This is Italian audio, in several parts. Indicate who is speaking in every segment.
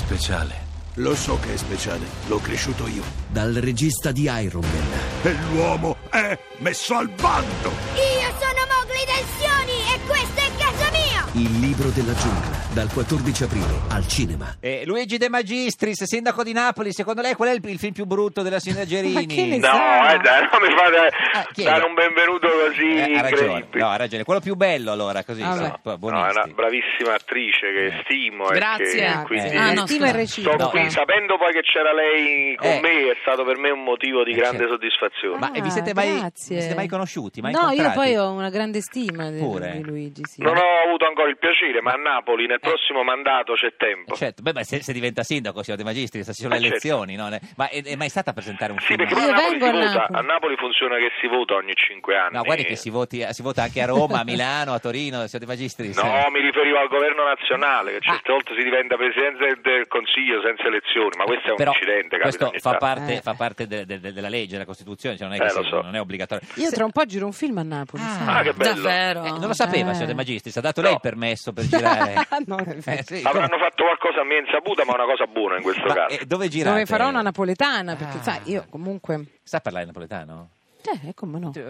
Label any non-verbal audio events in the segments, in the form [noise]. Speaker 1: speciale.
Speaker 2: Lo so che è speciale, l'ho cresciuto io.
Speaker 3: Dal regista di Iron Man,
Speaker 2: E l'uomo è messo al bando!
Speaker 4: Io sono Mowgli Tensioni e questo è casa mia!
Speaker 3: Il libro della giungla, dal 14 aprile al cinema.
Speaker 5: Eh, Luigi De Magistris, sindaco di Napoli, secondo lei qual è il, il film più brutto della Sindagerini?
Speaker 6: Ma che ne
Speaker 7: No,
Speaker 6: sa?
Speaker 7: guarda, non mi fa dare,
Speaker 6: Eh,
Speaker 5: Ah, chi è?
Speaker 7: dare un benvenuto così
Speaker 5: Eh, ha ragione,
Speaker 7: incredibile.
Speaker 5: no, ha ragione. Quello più bello allora, così.
Speaker 6: Ah,
Speaker 5: sa,
Speaker 6: beh.
Speaker 5: po-
Speaker 7: No, è
Speaker 5: buonisti.
Speaker 7: una bravissima attrice
Speaker 5: Eh.
Speaker 7: che stimo e che
Speaker 6: Grazie.
Speaker 7: quindi
Speaker 6: Ah, no,
Speaker 7: sto
Speaker 6: stima e
Speaker 8: sto
Speaker 6: reciproca.
Speaker 7: qui, sapendo poi che c'era lei con
Speaker 5: Eh.
Speaker 7: me è stato per me un motivo di
Speaker 5: Eh,
Speaker 7: grande
Speaker 5: certo.
Speaker 7: soddisfazione.
Speaker 5: Ma eh, vi, siete mai, vi siete mai conosciuti? Mai
Speaker 8: Ah, no, io
Speaker 5: incontrati?
Speaker 8: poi ho una grande stima di-
Speaker 5: Pure?
Speaker 8: di Luigi. Sì.
Speaker 7: Non ho avuto ancora il piacere, ma a Napoli nel prossimo mandato c'è tempo.
Speaker 5: Eh, Certo, beh, ma se, se diventa sindaco, signor De Magistris, ci sono le
Speaker 7: Eh, certo.
Speaker 5: elezioni, no? Ne- ma è, è mai stata a presentare un
Speaker 7: Sì,
Speaker 5: film?
Speaker 7: perché poi a
Speaker 8: Io
Speaker 7: Napoli,
Speaker 8: vengo a
Speaker 7: si vota,
Speaker 8: Napoli.
Speaker 7: a Napoli funziona che si vota ogni cinque anni.
Speaker 5: No, guardi che si, voti, si vota anche a Roma, a Milano, a Torino, signor De Magistris. Eh.
Speaker 7: No, mi riferivo al governo nazionale, che certe volte si diventa presidente del- del Consiglio senza elezioni, ma questo è un
Speaker 5: Però
Speaker 7: incidente, capita
Speaker 5: questo
Speaker 7: ogni
Speaker 5: fa
Speaker 7: tanto.
Speaker 5: parte,
Speaker 8: Eh.
Speaker 5: fa parte de- de- de- della legge, della Costituzione, cioè non è, che
Speaker 7: Eh,
Speaker 5: si-
Speaker 7: lo so.
Speaker 5: non è obbligatorio.
Speaker 8: Io tra un po' giro un film a Napoli.
Speaker 5: Ah.
Speaker 8: sai.
Speaker 7: Ah, che bello.
Speaker 6: Davvero?
Speaker 5: Eh, non lo sapeva,
Speaker 8: Eh.
Speaker 5: signor De Magistris, ha dato lei
Speaker 7: No.
Speaker 5: il permesso per girare.
Speaker 8: No, è vero.
Speaker 5: Eh, sì,
Speaker 7: Avranno fatto qualcosa a mia insaputa, ma una cosa buona in questo
Speaker 5: Ma,
Speaker 7: caso.
Speaker 5: eh, dove girate?
Speaker 8: Dove farò una napoletana, perché
Speaker 5: Ah.
Speaker 8: sai, io comunque...
Speaker 5: Sa parlare napoletano?
Speaker 8: Eh, come no?
Speaker 5: Eh,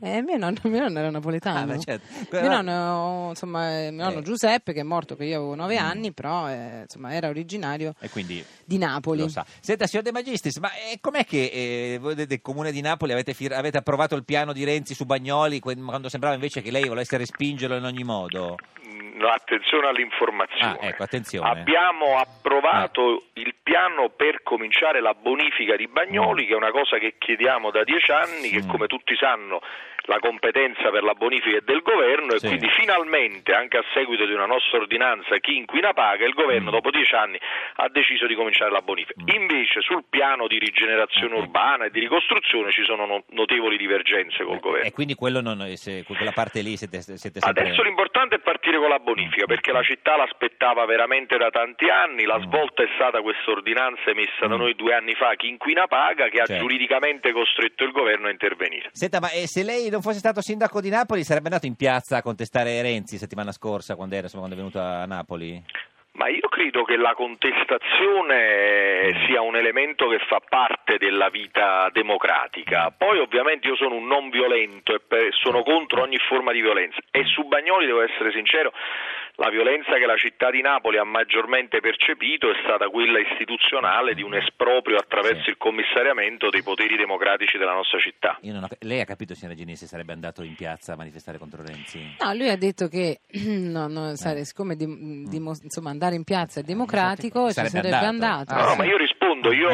Speaker 8: Eh, eh, mio, nonno, mio nonno era napoletano.
Speaker 5: Ah, beh, certo.
Speaker 8: Mio nonno, insomma, eh, mio nonno
Speaker 5: Eh. Mm.
Speaker 8: Giuseppe, che è morto che io avevo nove anni, però eh, insomma, era originario
Speaker 5: eh. E quindi
Speaker 8: di Napoli.
Speaker 5: lo sa. Senta, signor De Magistris, ma eh, com'è che eh, voi de- del Comune di Napoli avete, fir- avete approvato il piano di Renzi su Bagnoli que- quando sembrava invece che lei volesse respingerlo in ogni modo?
Speaker 7: No, Mm, attenzione all'informazione.
Speaker 5: Ah, ecco, attenzione.
Speaker 7: Abbiamo approvato il piano per cominciare la bonifica di Bagnoli, che è una cosa che chiediamo da dieci anni, che
Speaker 5: Mm.
Speaker 7: come tutti sanno la competenza per la bonifica è del governo e
Speaker 5: Sì.
Speaker 7: quindi finalmente, anche a seguito di una nostra ordinanza, chi inquina paga, il governo
Speaker 5: Mm.
Speaker 7: dopo dieci anni ha deciso di cominciare la bonifica.
Speaker 5: Mm.
Speaker 7: Invece sul piano di rigenerazione
Speaker 5: Ah, ecco.
Speaker 7: urbana e di ricostruzione ci sono no- notevoli divergenze
Speaker 5: Eh,
Speaker 7: col governo.
Speaker 5: E quindi quello non, se- quella parte lì siete, siete sempre... Mm.
Speaker 7: Adesso l'importante è partire con la bonifica perché la città l'aspettava veramente da tanti anni, la svolta è stata questa ordinanza emessa da
Speaker 5: Mm.
Speaker 7: noi due anni fa, chi inquina paga, che ha
Speaker 5: Certo.
Speaker 7: giuridicamente costretto il governo a intervenire.
Speaker 5: Senta, ma eh, se lei non fosse stato sindaco di Napoli sarebbe andato in piazza a contestare Renzi settimana scorsa quando, era, insomma, quando è venuto a Napoli?
Speaker 7: Ma io credo che la contestazione sia un elemento che fa parte della vita democratica. Poi ovviamente io sono un non violento e per- sono contro ogni forma di violenza e su Bagnoli devo essere sincero, la violenza che la città di Napoli ha maggiormente percepito è stata quella istituzionale di un esproprio attraverso
Speaker 5: Sì.
Speaker 7: il commissariamento dei poteri democratici della nostra città.
Speaker 5: Io non ho- lei ha capito, signora Gini, se sarebbe andato in piazza a manifestare contro Renzi?
Speaker 8: No, lui ha detto che [clears throat] no, no, sai,
Speaker 5: Eh.
Speaker 8: siccome di- di- insomma, andare in piazza è democratico,
Speaker 5: Esatto.
Speaker 8: ci
Speaker 5: Sarebbe
Speaker 8: sarebbe
Speaker 5: andato.
Speaker 8: andato.
Speaker 5: Ah,
Speaker 7: No,
Speaker 5: sì.
Speaker 7: no, ma io rispondo, io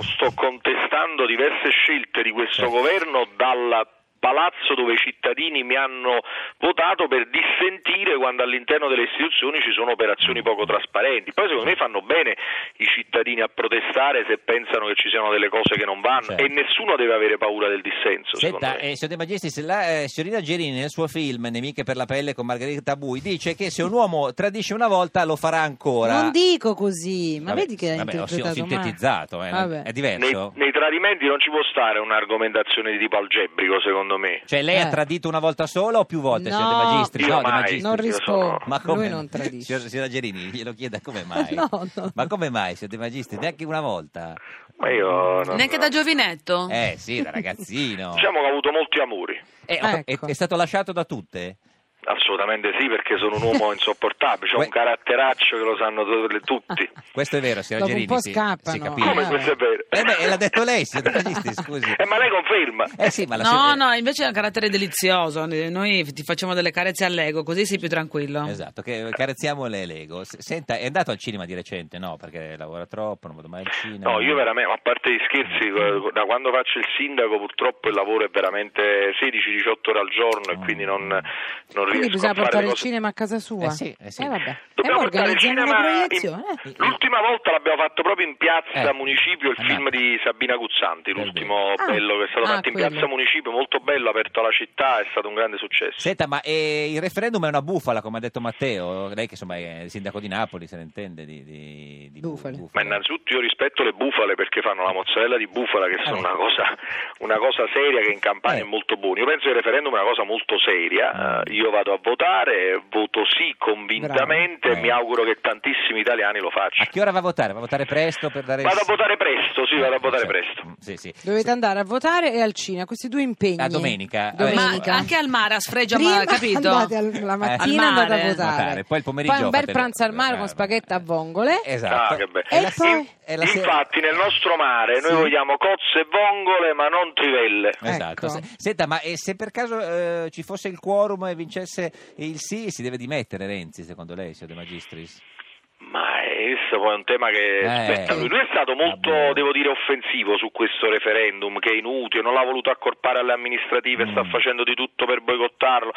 Speaker 7: sto contestando diverse scelte di questo
Speaker 5: Certo.
Speaker 7: governo dal palazzo dove i cittadini mi hanno votato per dissentire quando all'interno delle istituzioni ci sono
Speaker 5: Mm.
Speaker 7: operazioni poco trasparenti. Poi secondo me fanno bene i cittadini a protestare se pensano che ci siano delle cose che non vanno
Speaker 5: Certo.
Speaker 7: e nessuno deve avere paura del dissenso. secondo
Speaker 5: Senta,
Speaker 7: me.
Speaker 5: eh, signor De Magistris, la eh, signorina Gerini nel suo film Nemiche per la pelle con Margherita Bui dice che se un uomo tradisce una volta lo farà ancora.
Speaker 8: Non dico così, ma
Speaker 5: Vabbè,
Speaker 8: vedi che hai
Speaker 5: vabbè, ho si- ho,
Speaker 8: interpretato male.
Speaker 5: sintetizzato, eh,
Speaker 8: Vabbè.
Speaker 5: è
Speaker 7: Nei,
Speaker 5: diverso.
Speaker 7: nei tradimenti non ci può stare un'argomentazione di tipo algebrico, secondo me.
Speaker 5: Cioè lei ha
Speaker 8: Eh.
Speaker 5: tradito una volta sola o più volte,
Speaker 8: No.
Speaker 5: signor De Magistris?
Speaker 7: Io
Speaker 5: De
Speaker 7: mai.
Speaker 5: Magistris.
Speaker 8: Non
Speaker 7: Io
Speaker 8: rispondo,
Speaker 7: sono-
Speaker 5: Ma come
Speaker 8: lui non tradisce.
Speaker 5: Signor- Signora Gerini, glielo chieda come mai?
Speaker 8: [laughs] No, no.
Speaker 5: Ma come mai, signor De Magistris? Neanche una volta?
Speaker 7: Ma
Speaker 5: Mm.
Speaker 7: io non-
Speaker 6: Neanche da giovinetto?
Speaker 5: Eh sì, da ragazzino.
Speaker 7: Diciamo che ho avuto molti amori.
Speaker 5: Eh, ma è-
Speaker 8: Ecco.
Speaker 5: è stato lasciato da tutte?
Speaker 7: Assolutamente sì, perché sono
Speaker 8: [laughs]
Speaker 7: un uomo insopportabile, ho
Speaker 5: Que-
Speaker 7: un caratteraccio che lo sanno tu- tutti.
Speaker 5: Questo è vero, signora
Speaker 8: Dopo un
Speaker 5: Gerini.
Speaker 8: po'
Speaker 5: si-
Speaker 8: scappano.
Speaker 5: si capisce.
Speaker 7: Come
Speaker 8: Ah. Eh.
Speaker 7: questo è vero?
Speaker 5: Eh beh, l'ha detto lei, signor De Magistris, scusi.
Speaker 7: Eh, ma lei conferma.
Speaker 5: Eh sì, ma la
Speaker 6: No,
Speaker 5: signora-
Speaker 6: no, invece è un carattere delizioso. Noi ti facciamo delle carezze all'ego, così sei più tranquillo.
Speaker 5: Esatto, che carezziamo le Lego. S- Senta, è andato al cinema di recente? No, perché lavora troppo, non vado mai al cinema.
Speaker 7: No, io veramente, ma a parte gli scherzi,
Speaker 8: Mm.
Speaker 7: eh, da quando faccio il sindaco purtroppo il lavoro è veramente 16-18 ore al giorno e quindi non, non
Speaker 8: Ah. Quindi
Speaker 7: riesco
Speaker 8: bisogna
Speaker 7: a fare
Speaker 8: portare il
Speaker 7: cose.
Speaker 8: cinema a casa sua.
Speaker 5: Eh sì, eh sì.
Speaker 8: vabbè. E
Speaker 7: Dobbiamo
Speaker 8: poi
Speaker 7: portare il
Speaker 8: organizziamo una
Speaker 7: cinema in-
Speaker 8: proiezione. eh.
Speaker 7: L'ultima volta l'abbiamo fatto proprio in piazza
Speaker 5: Eh,
Speaker 7: Municipio, il
Speaker 5: a
Speaker 7: film
Speaker 5: Napoli.
Speaker 7: di Sabina Guzzanti,
Speaker 5: Bello.
Speaker 7: l'ultimo
Speaker 8: Ah,
Speaker 7: bello che è stato
Speaker 8: ah,
Speaker 7: fatto in
Speaker 8: quello.
Speaker 7: piazza Municipio, molto bello, aperto alla città, è stato un grande successo.
Speaker 5: Senta, ma eh, il referendum è una bufala, come ha detto Matteo. Lei che insomma è il sindaco di Napoli, se ne intende di, di, di bu-
Speaker 8: Bufale.
Speaker 7: Ma innanzitutto io rispetto le bufale perché fanno la mozzarella di bufala che sono
Speaker 5: Eh.
Speaker 7: una cosa, una cosa seria che in Campania
Speaker 5: Eh.
Speaker 7: è molto buona. Io penso che il referendum è una cosa molto seria,
Speaker 5: Mm.
Speaker 7: eh, io vado vado a votare, voto sì convintamente e
Speaker 5: Bravo. Eh.
Speaker 7: mi auguro che tantissimi italiani lo
Speaker 5: A
Speaker 7: facciano.
Speaker 5: che ora va a votare? Va a votare presto per dare...
Speaker 7: Vado a votare presto, sì, vado a votare
Speaker 5: Certo.
Speaker 7: presto.
Speaker 5: Mm, Sì, sì.
Speaker 8: Dovete andare a votare e al cinema, questi due impegni.
Speaker 5: Ah, domenica.
Speaker 6: Ma
Speaker 5: Domenica.
Speaker 6: anche al mare a
Speaker 5: Eh,
Speaker 6: sfregio,
Speaker 8: Prima
Speaker 6: ma capito?
Speaker 8: andate al- la
Speaker 6: Eh.
Speaker 8: mattina
Speaker 6: Al
Speaker 8: andate
Speaker 6: mare.
Speaker 8: a votare.
Speaker 5: Votare, poi il pomeriggio
Speaker 8: un bel
Speaker 5: fate- eh.
Speaker 8: pranzo al mare con spaghetta a vongole.
Speaker 5: Esatto.
Speaker 7: Ah, che bello.
Speaker 5: È la
Speaker 8: E
Speaker 5: sera-
Speaker 8: poi-
Speaker 5: è la sera-
Speaker 7: Infatti nel nostro mare noi
Speaker 8: Sì.
Speaker 7: vogliamo cozze e vongole ma non trivelle.
Speaker 5: Esatto.
Speaker 8: Ecco.
Speaker 5: Se- Senta, ma eh, se per caso eh, ci fosse il quorum e vincesse il sì, si deve dimettere Renzi, secondo lei, signor De Magistris?
Speaker 7: Ma eh, questo poi è un tema che
Speaker 5: Eh,
Speaker 7: spetta a lui. Lui è stato molto,
Speaker 5: vabbè.
Speaker 7: devo dire, offensivo su questo referendum che è inutile, non l'ha voluto accorpare alle amministrative,
Speaker 5: Mm.
Speaker 7: sta facendo di tutto per boicottarlo.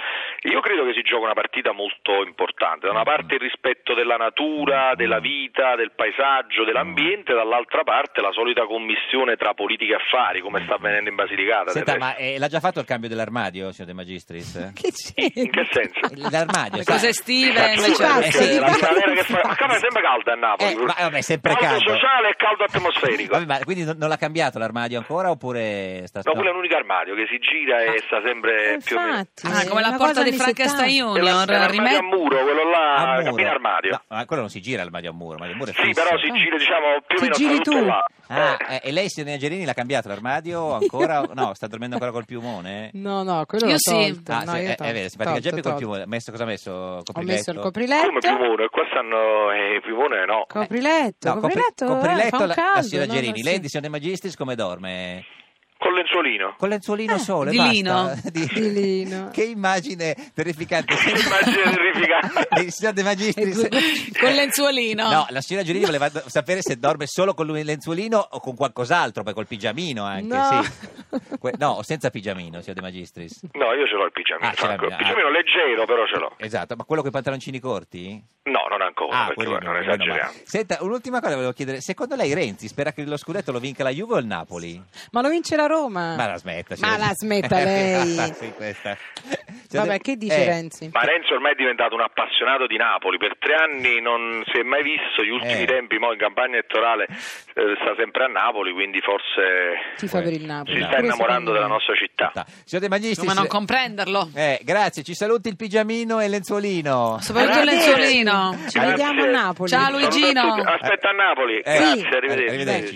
Speaker 7: Io credo che si gioca una partita molto importante. Da
Speaker 5: Mm.
Speaker 7: una parte il rispetto della natura, della vita, del paesaggio, dell'ambiente,
Speaker 5: Mm.
Speaker 7: dall'altra parte la solita commissione tra politica e affari, come sta avvenendo in Basilicata.
Speaker 5: Mm.
Speaker 7: del
Speaker 5: Senta,
Speaker 7: resto.
Speaker 5: ma eh, l'ha già fatto il cambio dell'armadio, signor De
Speaker 8: [laughs]
Speaker 5: Magistris?
Speaker 8: Che c'è?
Speaker 7: In
Speaker 5: [laughs]
Speaker 7: che senso?
Speaker 5: L'armadio,
Speaker 6: Le
Speaker 5: sai.
Speaker 7: Eh,
Speaker 6: cose estive
Speaker 7: Cazzo,
Speaker 6: invece.
Speaker 8: basta,
Speaker 7: eh,
Speaker 8: sì,
Speaker 7: la
Speaker 8: basta.
Speaker 7: primavera che fa... Ma come sembra calda a Napoli?
Speaker 5: Eh, ma vabbè, sempre
Speaker 7: caldo
Speaker 5: caldo.
Speaker 7: sociale e caldo atmosferico.
Speaker 5: Vabbè, ma quindi non, non l'ha cambiato l'armadio ancora oppure sta
Speaker 7: No, quello è un unico armadio che si gira
Speaker 5: Ah.
Speaker 7: e sta sempre Eh, più o meno.
Speaker 8: Infatti,
Speaker 6: Ah, come
Speaker 8: è
Speaker 6: la
Speaker 8: una
Speaker 6: porta
Speaker 8: cosa
Speaker 6: di
Speaker 8: anni
Speaker 6: Frankenstein
Speaker 8: 70.
Speaker 7: È la-
Speaker 6: Junior,
Speaker 7: è l'armadio
Speaker 6: rimet-
Speaker 7: a muro, quello là,
Speaker 5: a
Speaker 7: la
Speaker 5: muro.
Speaker 7: cabina ah, armadio.
Speaker 5: No, ma quello non si gira l'armadio a muro, ma il muro è
Speaker 7: Sì,
Speaker 5: fisso.
Speaker 7: però si gira, diciamo, più o
Speaker 8: Ti
Speaker 7: meno
Speaker 8: giri
Speaker 7: tra tutte
Speaker 8: tu.
Speaker 7: e là.
Speaker 5: Ah,
Speaker 7: Eh,
Speaker 5: eh, e lei, signor Angelini, l'ha cambiato l'armadio
Speaker 8: [laughs]
Speaker 5: ancora? no, sta dormendo ancora col piumone?
Speaker 8: No, no, quello
Speaker 6: Io
Speaker 8: l'ho
Speaker 6: sì.
Speaker 8: tolto.
Speaker 5: Ah,
Speaker 8: no,
Speaker 5: sì,
Speaker 8: io
Speaker 5: eh,
Speaker 8: tolto,
Speaker 5: è vero, si pratica
Speaker 8: tolto,
Speaker 5: sempre col
Speaker 8: tolto.
Speaker 5: piumone. Ha messo- cosa ha messo?
Speaker 8: Ho
Speaker 5: Copriletto?
Speaker 8: messo il copriletto.
Speaker 7: Eh, Come Pivone, qua stanno eh, Pivone no.
Speaker 8: Copriletto,
Speaker 5: No, copri-
Speaker 8: copriletto, eh, fa un
Speaker 5: la, la
Speaker 8: caldo,
Speaker 5: signora
Speaker 8: no, no,
Speaker 5: Angelini.
Speaker 8: sì.
Speaker 5: Lei, di signor De Magistris, come dorme?
Speaker 7: Con lenzuolino.
Speaker 5: Con lenzuolino sole,
Speaker 6: di
Speaker 5: basta.
Speaker 6: lino.
Speaker 5: [laughs] Di-
Speaker 8: Eh, Di lino.
Speaker 5: Che immagine terrificante.
Speaker 7: Che immagine
Speaker 5: [laughs]
Speaker 7: terrificante.
Speaker 5: Il signor De
Speaker 8: [laughs] E due
Speaker 5: Magistris...
Speaker 6: Con lenzuolino.
Speaker 5: No, la signora Angelini voleva do- sapere se dorme solo con il lenzuolino o con qualcos'altro, poi col pigiamino anche,
Speaker 8: No.
Speaker 5: sì. Que- no, senza pigiamino, signor De Magistris.
Speaker 7: No, io ce l'ho il pigiamino.
Speaker 5: Ah, ce l'hai,
Speaker 7: Franco. il
Speaker 5: ah.
Speaker 7: pigiamino leggero, però ce l'ho.
Speaker 5: Esatto, ma quello con i pantaloncini corti? Ah,
Speaker 7: No, non ancora, perché
Speaker 5: quello
Speaker 7: Oh, guarda, non
Speaker 5: quello no,
Speaker 7: esageriamo.
Speaker 5: ma- Senta, un'ultima cosa volevo chiedere. Secondo lei Renzi spera che lo scudetto lo vinca la Juve o il Napoli?
Speaker 8: Ma lo vince la Roma.
Speaker 5: Ma la smetta.
Speaker 8: Ah. Ma
Speaker 5: signora-
Speaker 8: la
Speaker 5: [laughs]
Speaker 8: smetta lei.
Speaker 5: sì, questa.
Speaker 8: Vabbè, che dice
Speaker 5: Eh,
Speaker 8: Renzi?
Speaker 7: Ma Renzo ormai è diventato un appassionato di Napoli, per tre anni non si è mai visto, gli ultimi
Speaker 5: Eh.
Speaker 7: tempi, mo in campagna elettorale eh, sta sempre a Napoli, quindi forse
Speaker 8: Tifa per il
Speaker 7: si
Speaker 8: Napoli.
Speaker 7: sta
Speaker 5: Pure
Speaker 7: innamorando della nostra città.
Speaker 5: Signor De Magistris...
Speaker 6: Come non comprenderlo.
Speaker 5: eh, grazie, ci saluti il pigiamino e il lenzuolino.
Speaker 6: Soprattutto il
Speaker 7: Arrivederci.
Speaker 6: lenzuolino.
Speaker 8: Ci vediamo a
Speaker 7: Grazie.
Speaker 8: Napoli.
Speaker 6: Ciao,
Speaker 7: Saluto a
Speaker 6: Luigino.
Speaker 7: tutti. Aspetta a Napoli.
Speaker 5: Eh,
Speaker 7: Grazie,
Speaker 5: sì.
Speaker 7: arrivederci.
Speaker 5: Arrivederci.